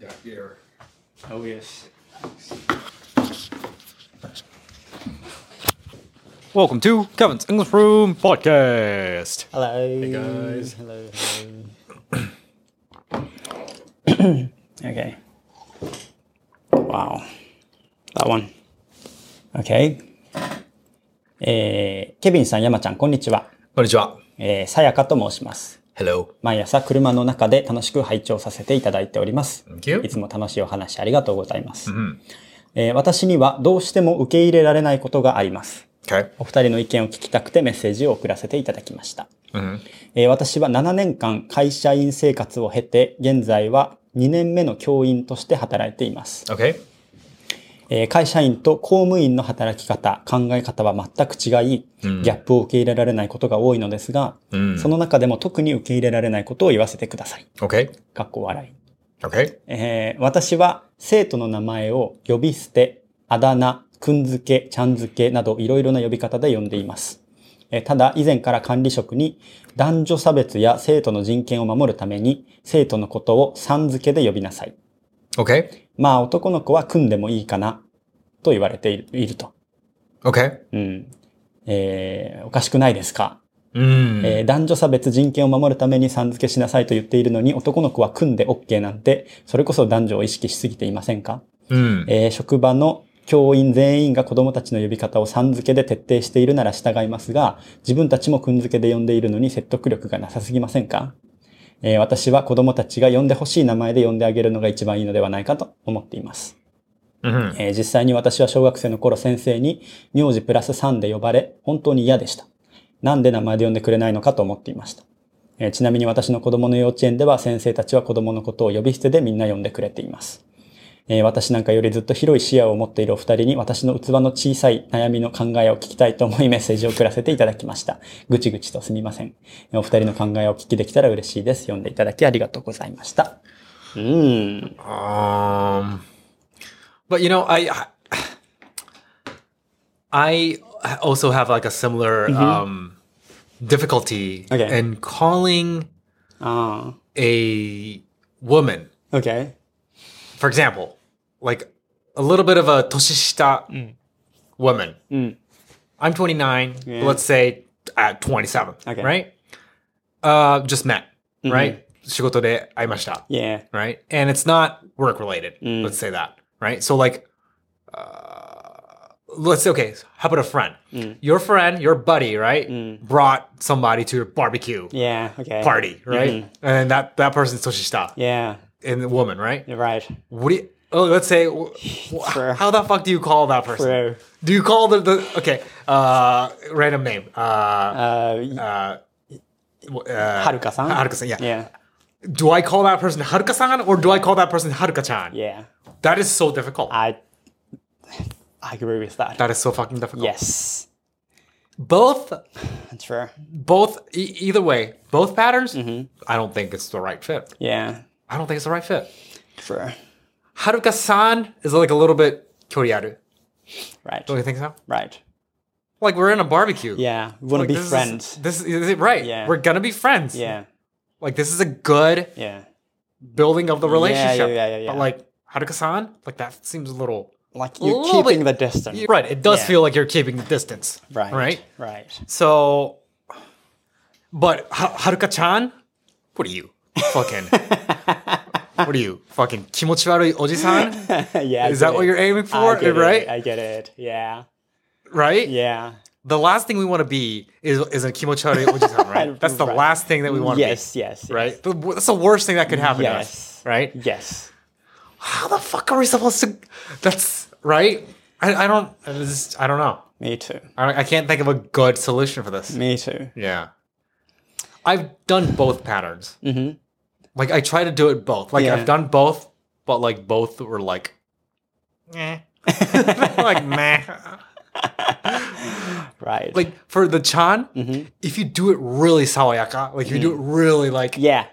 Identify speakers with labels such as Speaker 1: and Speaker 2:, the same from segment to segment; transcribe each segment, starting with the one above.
Speaker 1: that year.
Speaker 2: Oh, yes. Welcome to Kevin's English Room Podcast.
Speaker 3: Hello. Hey
Speaker 2: guys.
Speaker 3: Hello. hello. okay. Wow. That one. Okay. えー、ケビンさん、山ちゃん、こんにちは。
Speaker 2: こんにちは。
Speaker 3: えー、さやかと申します。
Speaker 2: Hello.
Speaker 3: 毎朝車の中で楽しく拝聴させていただいております。
Speaker 2: Thank you.
Speaker 3: いつも楽しいお話ありがとうございます、
Speaker 2: ん
Speaker 3: えー私にはどうしても受け入れられないことがあります。
Speaker 2: Okay.
Speaker 3: お二人の意見を聞きたくてメッセージを送らせていただきました。
Speaker 2: ん
Speaker 3: えー私は7年間会社員生活を経て、現在は2年目の教員として働いています。
Speaker 2: Okay.
Speaker 3: えー会社員と公務員の働き方、考え方は全く違い、ギャップを受け入れられないことが多いのですが、その中でも特に受け入れられないことを言わせてください。
Speaker 2: Mm. Okay.
Speaker 3: かっこ笑い。
Speaker 2: Okay.
Speaker 3: えー私は生徒の名前を呼び捨て、あだ名、くんづけ、ちゃんづけなどいろいろな呼び方で呼んでいます。えーただ、以前から管理職に男女差別や生徒の人権を守るために生徒のことをさんづけで呼びなさい。
Speaker 2: Okay.
Speaker 3: まあ男の子は組んでもいいかなと言われているいると。
Speaker 2: Okay.
Speaker 3: うん。えーおかしくないですか、
Speaker 2: うん。
Speaker 3: えー男女差別人権を守るためにさん付けしなさいと言っているのに男の子は組んで OK なんて、それこそ男女を意識しすぎていませんか
Speaker 2: うん。
Speaker 3: えー職場の教員全員が子供たちの呼び方をさん付けで徹底しているなら従いますが、自分たちもくん付けで呼んでいるのに説得力がなさすぎませんか、えー私は子供たちが呼んでほしい名前で呼んであげるのが一番いいのではないかと思っています。
Speaker 2: うん。
Speaker 3: えー実際に私は小学生の頃先生に名字プラス3で呼ばれ、本当に嫌でした。なんで名前で呼んでくれないのかと思っていました。えーちなみに私の子供の幼稚園では先生たちは子供のことを呼び捨てでみんな呼んでくれています。えー私なんかよりずっと広い視野を持っているお二人に私の器の小さい悩みの考えを聞きたいと思いメッセージを送らせていただきました。ぐちぐちとすみません。えーお二人の考えをお聞きできたら嬉しいです。読んでいただきありがとうございました。うーん。
Speaker 2: Um, but you know, I I also have like a similar um, difficulty
Speaker 3: Okay.
Speaker 2: in calling
Speaker 3: あ
Speaker 2: a woman,
Speaker 3: あ。OK。
Speaker 2: for example, like a little bit of a toshishita
Speaker 3: Mm.
Speaker 2: woman.
Speaker 3: うん。
Speaker 2: I'm 29.
Speaker 3: Mm. Yeah.
Speaker 2: Let's say at 27,
Speaker 3: Okay. Mm-hmm.
Speaker 2: right? Uh, just met, right? 仕事で会いました。
Speaker 3: Yeah.
Speaker 2: right? And it's not work related.
Speaker 3: Mm.
Speaker 2: Let's say that, right? So like, uh, let's say okay. How about a friend?
Speaker 3: Mm.
Speaker 2: Your friend, your buddy, right? Brought somebody to your barbecue
Speaker 3: Yeah. Mm-hmm. Okay.
Speaker 2: party, right? And that that person's toshishita
Speaker 3: Yeah.
Speaker 2: and the woman, right?
Speaker 3: You're right.
Speaker 2: What do you? Oh, let's say wh- wh-
Speaker 3: True.
Speaker 2: how the fuck do you call that person?
Speaker 3: True.
Speaker 2: Do you call the, the okay uh random name uh
Speaker 3: Uh,
Speaker 2: w- uh
Speaker 3: Haruka-san?
Speaker 2: Haruka-san, yeah.
Speaker 3: yeah.
Speaker 2: Do I call that person Haruka-san or do I call that person Haruka-chan?
Speaker 3: Yeah. Uh,
Speaker 2: That is so difficult.
Speaker 3: I I agree with that.
Speaker 2: That is so fucking difficult.
Speaker 3: yes.
Speaker 2: Both,
Speaker 3: True.
Speaker 2: both, e- either way, both patterns.
Speaker 3: Mm-hmm.
Speaker 2: I don't think it's the right fit.
Speaker 3: Yeah.
Speaker 2: I don't think it's the right fit.
Speaker 3: True.
Speaker 2: Haruka-san is like a little bit kyoryaru.
Speaker 3: Right.
Speaker 2: Don't you think so?
Speaker 3: Right.
Speaker 2: Like we're in a barbecue.
Speaker 3: Yeah. We want
Speaker 2: Like,
Speaker 3: to
Speaker 2: this
Speaker 3: be
Speaker 2: is-
Speaker 3: friends.
Speaker 2: This is, is it right?
Speaker 3: Yeah.
Speaker 2: We're gonna be friends.
Speaker 3: yeah.
Speaker 2: Like this is a good
Speaker 3: Yeah.
Speaker 2: building of the relationship.
Speaker 3: yeah, yeah, yeah.
Speaker 2: But like Haruka-san, like that seems a little
Speaker 3: Like you're
Speaker 2: little
Speaker 3: keeping
Speaker 2: bit-
Speaker 3: the distance.
Speaker 2: right. It does
Speaker 3: Yeah.
Speaker 2: feel like you're keeping the distance.
Speaker 3: Right.
Speaker 2: Right.
Speaker 3: Right.
Speaker 2: So, but Ha- Haruka-chan, what are you? Fucking, what are you? Fucking kimochiwarui oji-san?
Speaker 3: yeah. I
Speaker 2: Is that
Speaker 3: get
Speaker 2: what
Speaker 3: it.
Speaker 2: you're aiming
Speaker 3: I
Speaker 2: for?
Speaker 3: get
Speaker 2: Right?
Speaker 3: It. I get it. Yeah.
Speaker 2: Right?
Speaker 3: Yeah.
Speaker 2: The last thing we want to be is, is a kimochiwarui oji-san, right? That's the
Speaker 3: Right.
Speaker 2: last thing that we want to
Speaker 3: Yes, yes. Yes.
Speaker 2: be. Right? The- That's the worst thing that could happen to us.
Speaker 3: Yes.
Speaker 2: Right?
Speaker 3: Yes.
Speaker 2: How the fuck are we supposed to? That's, right? I, I don't, I just- I don't know.
Speaker 3: Me too.
Speaker 2: I, I can't think of a good solution for this.
Speaker 3: Me too.
Speaker 2: Yeah. I've done both patterns. Mm-hmm. Like I try to do it both. Like
Speaker 3: Yeah.
Speaker 2: I've done both, but like both were like, eh. like meh.
Speaker 3: Right.
Speaker 2: Like for the chan,
Speaker 3: Mm-hmm.
Speaker 2: if you do it really sawayaka, like if you do it really like,
Speaker 3: Mm. yeah.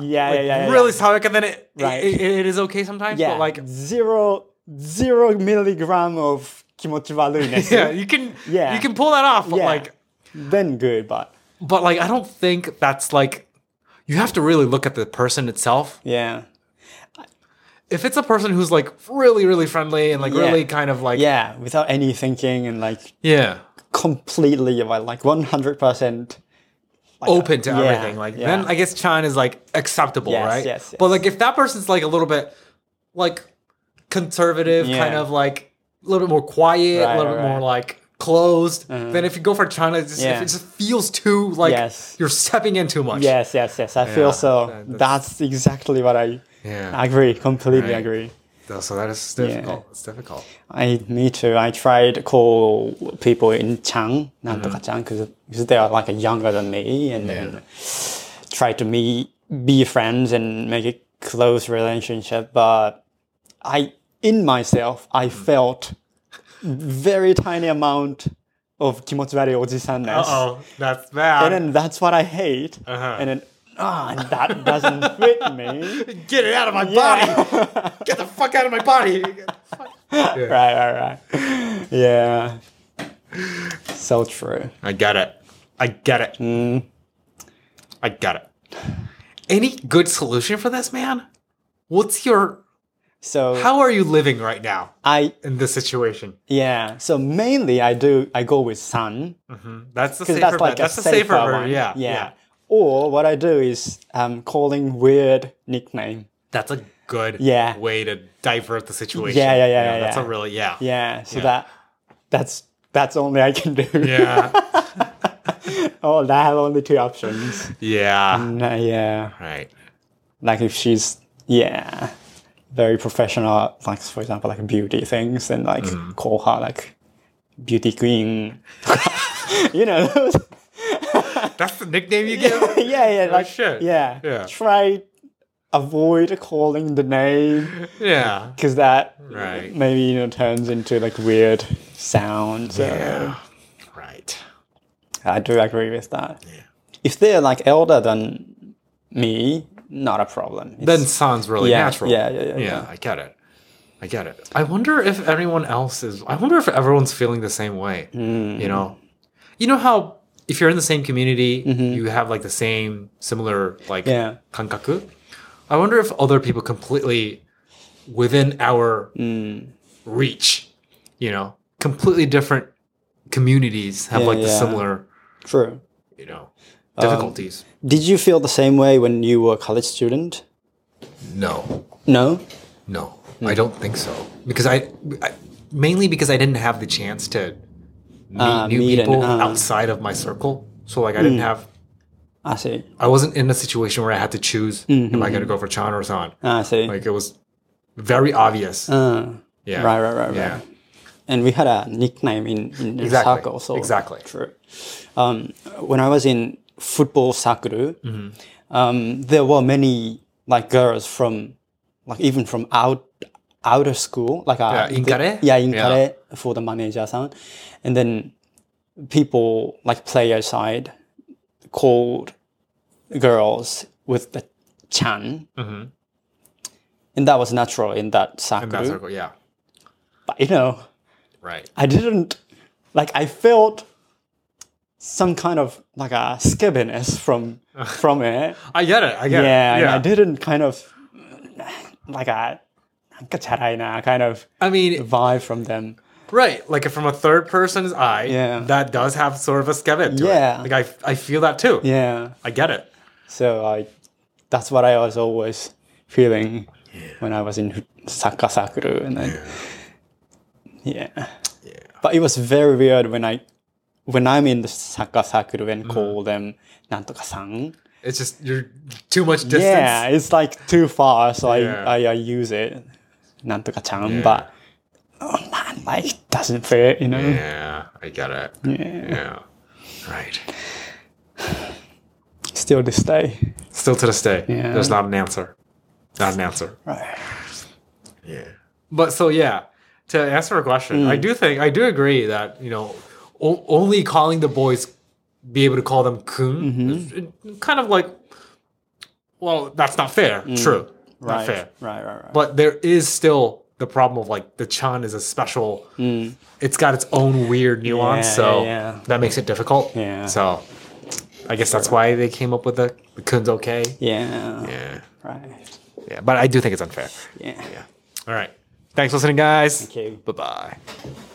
Speaker 3: Yeah, yeah, yeah, yeah. yeah.
Speaker 2: really sawayaka, then it,
Speaker 3: Right.
Speaker 2: it, it- it is okay sometimes.
Speaker 3: yeah,
Speaker 2: But like,
Speaker 3: zero zero milligram of kimochiwaruness.
Speaker 2: yeah, you can,
Speaker 3: Yeah.
Speaker 2: you can pull that off. But
Speaker 3: Yeah.
Speaker 2: like,
Speaker 3: then good, but
Speaker 2: but like, I don't think that's like, you have to really look at the person itself.
Speaker 3: yeah,
Speaker 2: if it's a person who's like really, really friendly and like
Speaker 3: Yeah.
Speaker 2: really kind of like, yeah.
Speaker 3: Yeah, without any thinking and like completely about like 100%. Like,
Speaker 2: open to
Speaker 3: yeah,
Speaker 2: everything, like
Speaker 3: yeah.
Speaker 2: then I guess Chan is like acceptable,
Speaker 3: Yes,
Speaker 2: right?
Speaker 3: yes,
Speaker 2: But
Speaker 3: yes.
Speaker 2: like if that person's like a little bit like conservative,
Speaker 3: Yeah.
Speaker 2: kind of like a little bit more quiet,
Speaker 3: Right,
Speaker 2: a little
Speaker 3: right,
Speaker 2: bit more
Speaker 3: right. Mm-hmm.
Speaker 2: like closed, then if you go for China, it just,
Speaker 3: Yeah.
Speaker 2: it just feels too like
Speaker 3: Yes.
Speaker 2: you're stepping in too much.
Speaker 3: Yes, yes, yes. I feel
Speaker 2: Yeah,
Speaker 3: so.
Speaker 2: that-
Speaker 3: that's,
Speaker 2: that's-
Speaker 3: exactly what I
Speaker 2: Yeah.
Speaker 3: agree. Completely
Speaker 2: Right.
Speaker 3: agree.
Speaker 2: so that is difficult. It's difficult.
Speaker 3: I me too. I tried to call people in Chang, Nantoka Chang, because they are like younger than me, and then try to meet, be friends, and make a close relationship. But I, in myself, I felt very tiny amount of kimochiwari ojisan-ness.
Speaker 2: oh, that's
Speaker 3: And
Speaker 2: bad.
Speaker 3: then that's what I hate. And then ah, that doesn't fit me.
Speaker 2: Get it out of my body. Get the fuck out of my body.
Speaker 3: Right, right, right. Yeah. So true.
Speaker 2: I get it. I get it. I get it. Mm. Any good solution for this, man? What's your.
Speaker 3: So
Speaker 2: How are you living right now
Speaker 3: I
Speaker 2: in this situation?
Speaker 3: yeah. So mainly I do I go with sun
Speaker 2: That's the
Speaker 3: because
Speaker 2: safer
Speaker 3: that's
Speaker 2: bet.
Speaker 3: like
Speaker 2: That's the
Speaker 3: a safer,
Speaker 2: safer
Speaker 3: one.
Speaker 2: one. Yeah,
Speaker 3: yeah. Or what I do is um calling weird nickname.
Speaker 2: That's a good
Speaker 3: Yeah.
Speaker 2: way to divert the situation.
Speaker 3: Yeah, yeah, yeah,
Speaker 2: You know,
Speaker 3: yeah,
Speaker 2: That's
Speaker 3: yeah.
Speaker 2: a really, yeah.
Speaker 3: Yeah. So
Speaker 2: Yeah.
Speaker 3: that that's that's only I can do.
Speaker 2: Yeah.
Speaker 3: oh, I have only two options.
Speaker 2: yeah.
Speaker 3: Nah, yeah.
Speaker 2: Right.
Speaker 3: like if she's yeah very professional at, like for example like beauty things then like
Speaker 2: Mm.
Speaker 3: call her like beauty queen you know those-
Speaker 2: That's the nickname you give?
Speaker 3: yeah yeah like
Speaker 2: Oh, shit.
Speaker 3: yeah
Speaker 2: Yeah.
Speaker 3: try avoid calling the name
Speaker 2: yeah.
Speaker 3: because that
Speaker 2: Right.
Speaker 3: maybe you know turns into like weird sounds so
Speaker 2: Yeah. Right.
Speaker 3: i do agree with that if they're like elder than me not a problem It's-
Speaker 2: Then sounds really
Speaker 3: Yeah,
Speaker 2: natural.
Speaker 3: yeah, yeah, yeah, yeah.
Speaker 2: I get it. I get it. I wonder if everyone else is. I wonder if everyone's feeling the same way.
Speaker 3: Hmm.
Speaker 2: You know, you know how if you're in the same community, you have like the same similar like
Speaker 3: Mm-hmm. Yeah.
Speaker 2: kankaku. I wonder if other people completely within our
Speaker 3: Hmm.
Speaker 2: reach, you know, completely different communities have
Speaker 3: Yeah,
Speaker 2: like the
Speaker 3: yeah. Um,
Speaker 2: similar,
Speaker 3: true
Speaker 2: you know, difficulties.
Speaker 3: Did you feel the same way when you were a college student?
Speaker 2: no.
Speaker 3: No.
Speaker 2: No,
Speaker 3: Hmm.
Speaker 2: I don't think so. Because I, I mainly because I didn't have the chance to meet
Speaker 3: Ah,
Speaker 2: new
Speaker 3: meet Hmm.
Speaker 2: people
Speaker 3: and- ah.
Speaker 2: outside of my circle. So like I didn't have,
Speaker 3: I see.
Speaker 2: I wasn't in a situation where I had to choose am I
Speaker 3: Mm-hmm.
Speaker 2: going to go for Chan or San.
Speaker 3: I see.
Speaker 2: Like it was very obvious.
Speaker 3: Uh,
Speaker 2: yeah.
Speaker 3: Right, right, right, right.
Speaker 2: Yeah.
Speaker 3: And we had a nickname in, in the
Speaker 2: Exactly,
Speaker 3: circle. So
Speaker 2: exactly.
Speaker 3: True. Um, when I was in football sakuru, um, there were many like girls from, like even from out outer school, like uh,
Speaker 2: Yeah, Inkare?
Speaker 3: yeah, in Kare for the manager san, and then people like player side called girls with the chan. And that was natural Mm-hmm. in that
Speaker 2: In that
Speaker 3: sakura.
Speaker 2: circle. Yeah.
Speaker 3: But you know,
Speaker 2: Right.
Speaker 3: I didn't like I felt some kind of like a skibbiness from from it.
Speaker 2: I get it. I get
Speaker 3: Yeah,
Speaker 2: it.
Speaker 3: and I didn't kind of like a "なんかチャラいな" kind of
Speaker 2: I mean,
Speaker 3: vibe from them.
Speaker 2: Right, like from a third person's eye,
Speaker 3: Yeah.
Speaker 2: that does have sort of a skeleton. to it.
Speaker 3: Yeah.
Speaker 2: like I, I feel that too.
Speaker 3: Yeah.
Speaker 2: I get it.
Speaker 3: So I that's what I was always feeling when I was in Sakasakuru and then yeah. But it was very weird when I when I'm in the Sakasakuru and call them Nantoka-san.
Speaker 2: It's just you're too much distance.
Speaker 3: Yeah, it's like too far, so
Speaker 2: Yeah.
Speaker 3: I, I I use it. Nantoka-chan, but oh man, like doesn't fit, you know.
Speaker 2: Yeah, I get it. Yeah. Right.
Speaker 3: Still this day.
Speaker 2: Still to this day,
Speaker 3: Yeah.
Speaker 2: there's not an answer. Not an answer.
Speaker 3: Right.
Speaker 2: Yeah. But so yeah, to answer a question,
Speaker 3: Mm.
Speaker 2: I do think I do agree that you know o- only calling the boys be able to call them kun
Speaker 3: Mm-hmm.
Speaker 2: is- it- kind of like well that's not fair. True. Not
Speaker 3: Mm. Right.
Speaker 2: fair.
Speaker 3: Right, right, right.
Speaker 2: But there is still the problem of like the chan is a special. It's got its own weird nuance,
Speaker 3: Mm. Yeah,
Speaker 2: so
Speaker 3: yeah, yeah.
Speaker 2: that makes it difficult.
Speaker 3: Yeah.
Speaker 2: So I guess that's why they came up with the the kun's okay.
Speaker 3: yeah.
Speaker 2: Yeah.
Speaker 3: Right.
Speaker 2: Yeah, but I do think it's unfair.
Speaker 3: Yeah.
Speaker 2: All right. Thanks for listening, guys.
Speaker 3: Thank you.
Speaker 2: Bye bye.